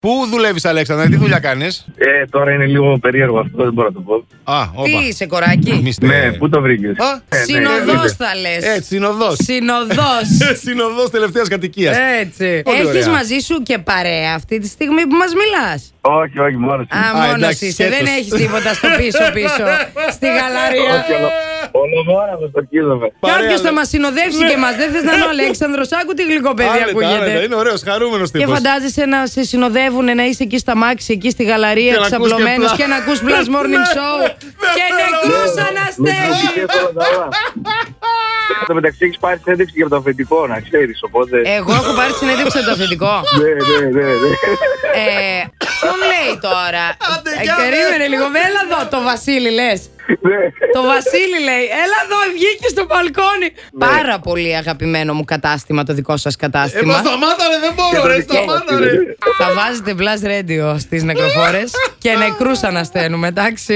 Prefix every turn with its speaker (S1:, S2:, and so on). S1: Πού δουλεύεις, Αλέξανδρα, τι δουλειά κάνεις.
S2: Ε, τώρα είναι λίγο περίεργο αυτό, δεν μπορώ να το πω.
S1: Α, όπα.
S3: Τι είσαι, κοράκι.
S1: Μιστε-
S2: Ναι, πού το ναι, βρήκες.
S1: Α,
S3: Συνοδό θα λες.
S1: Έτσι, συνοδό.
S3: Συνοδό.
S1: Ε, Συνοδός τελευταία
S3: Ε,
S1: κατοικίας.
S3: Έτσι.
S1: Πολύ
S3: Έχει
S1: ωραία.
S3: μαζί σου και παρέα αυτή τη στιγμή που μας μιλάς.
S2: Όχι, όχι, μόνος του.
S3: Α,
S1: Α,
S3: μόνος
S1: εντάξει,
S3: είσαι. Δεν
S1: σκέτος.
S3: έχεις τίποτα στο πίσω-πίσω. στη γαλαρία.
S2: Όχι, ολομόναδο το κύλωμα.
S3: Κάποιο θα μας συνοδεύσει
S1: Ναι.
S3: και μας. Δεν θες να είναι ο Αλέξανδρος. Άκου τη γλυκοπαίδη ακούγεται.
S1: Είναι ωραίος, χαρούμενος
S3: Και
S1: τύπος.
S3: φαντάζεσαι να σε συνοδεύουν να είσαι εκεί στα μάξι, εκεί στη γαλαρία,
S1: Και να ακούς και
S3: ξαπλωμένο
S1: Plus.
S3: και να ακούς Plus Morning
S1: Ναι,
S3: Show.
S1: δεν
S3: και
S1: θέλω.
S3: νεκρό
S2: Με
S3: Αναστέρι.
S1: ναι,
S2: κριτική όλα τα άλλα. Εν τω μεταξύ έχεις πάρει συνέντευξη και από το αφεντικό, να ξέρεις. Οπότε.
S3: Εγώ έχω πάρει συνέντευξη από το αφεντικό.
S2: Ναι, ναι, ναι. ναι.
S3: Ε, ποιον λέει τώρα.
S1: Άντε,
S3: Ε,
S1: για δε.
S3: Περίμενε λίγο. Έλα εδώ το Βασίλη λες.
S2: Ναι.
S3: Το Βασίλη λέει, έλα εδώ, βγήκε στο μπαλκόνι.
S1: Ναι.
S3: Πάρα πολύ αγαπημένο μου κατάστημα, το δικό σας
S1: Εγώ
S3: κατάστημα.
S1: σταμάτα ρε, Ε, δεν μπορώ ρε, σταμάτα ρε.
S3: Θα βάζετε Blast Radio στις νεκροφόρες και νεκρούς ανασταίνουμε, εντάξει.